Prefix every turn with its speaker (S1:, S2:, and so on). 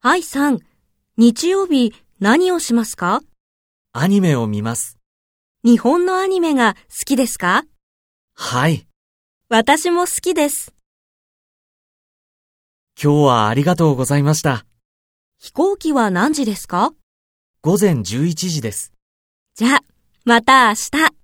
S1: はいさん、日曜日何をしますか
S2: アニメを見ます。
S1: 日本のアニメが好きですか
S2: はい。
S1: 私も好きです。
S2: 今日はありがとうございました。
S1: 飛行機は何時ですか
S2: 午前11時です。
S1: じゃあ、また明日。